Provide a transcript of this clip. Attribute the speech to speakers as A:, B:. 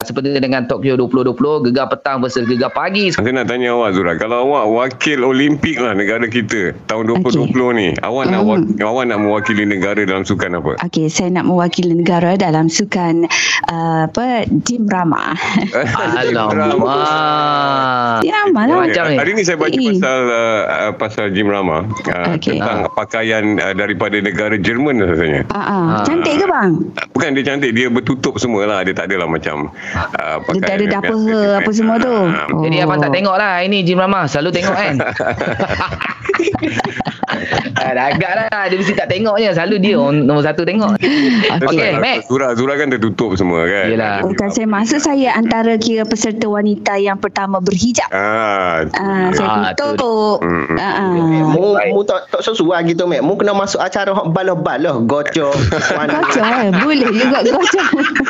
A: sempena dengan Tokyo 2020 gegar petang versus gegar pagi.
B: Saya nak tanya awak Zura, kalau awak wakil Olimpik lah negara kita tahun 2020 okay. ni, awak
C: Hmm.
B: nak wak- awak nak mewakili negara dalam sukan apa?
C: Okey, saya nak mewakili negara dalam sukan uh, apa Jim Rama.
A: Alamak.
C: Ya, malah.
A: Macam ni.
B: Hari ni saya baca
C: Eh.
B: pasal uh, uh, pasal Jim Rama uh,
C: Okey.
B: tentang pakaian uh, daripada negara Jerman rasanya.
C: Ah, ah. Cantik ke bang?
B: Bukan dia cantik, dia bertutup semua lah. Dia tak adalah macam uh,
C: Negara
B: yang
C: dah apa
B: biasa.
C: apa semua tu. Oh.
B: Ah,
A: Jadi abang tak tengok lah Ini Jim Rama Selalu tengok kan Ah, dah Agak lah Dia mesti tak tengok je Selalu dia orang Nombor satu tengok
B: Terus
A: Okey,
B: lah,
A: Mac.
B: Zura, Zura kan tertutup semua kan.
A: Yelah.
B: Jadi,
C: Bukan saya masa saya antara kira peserta wanita yang pertama berhijab.
B: Ah, tu
C: Ah,
B: dia.
A: Ah,
C: saya
A: tu
C: tutup.
B: Hmm, hmm.
C: Ah, ah.
D: Mu mu tak tak sesuai gitu mek. Mu kena masuk acara hok balah-balah gocok.
C: Kocok eh. Boleh juga kocok.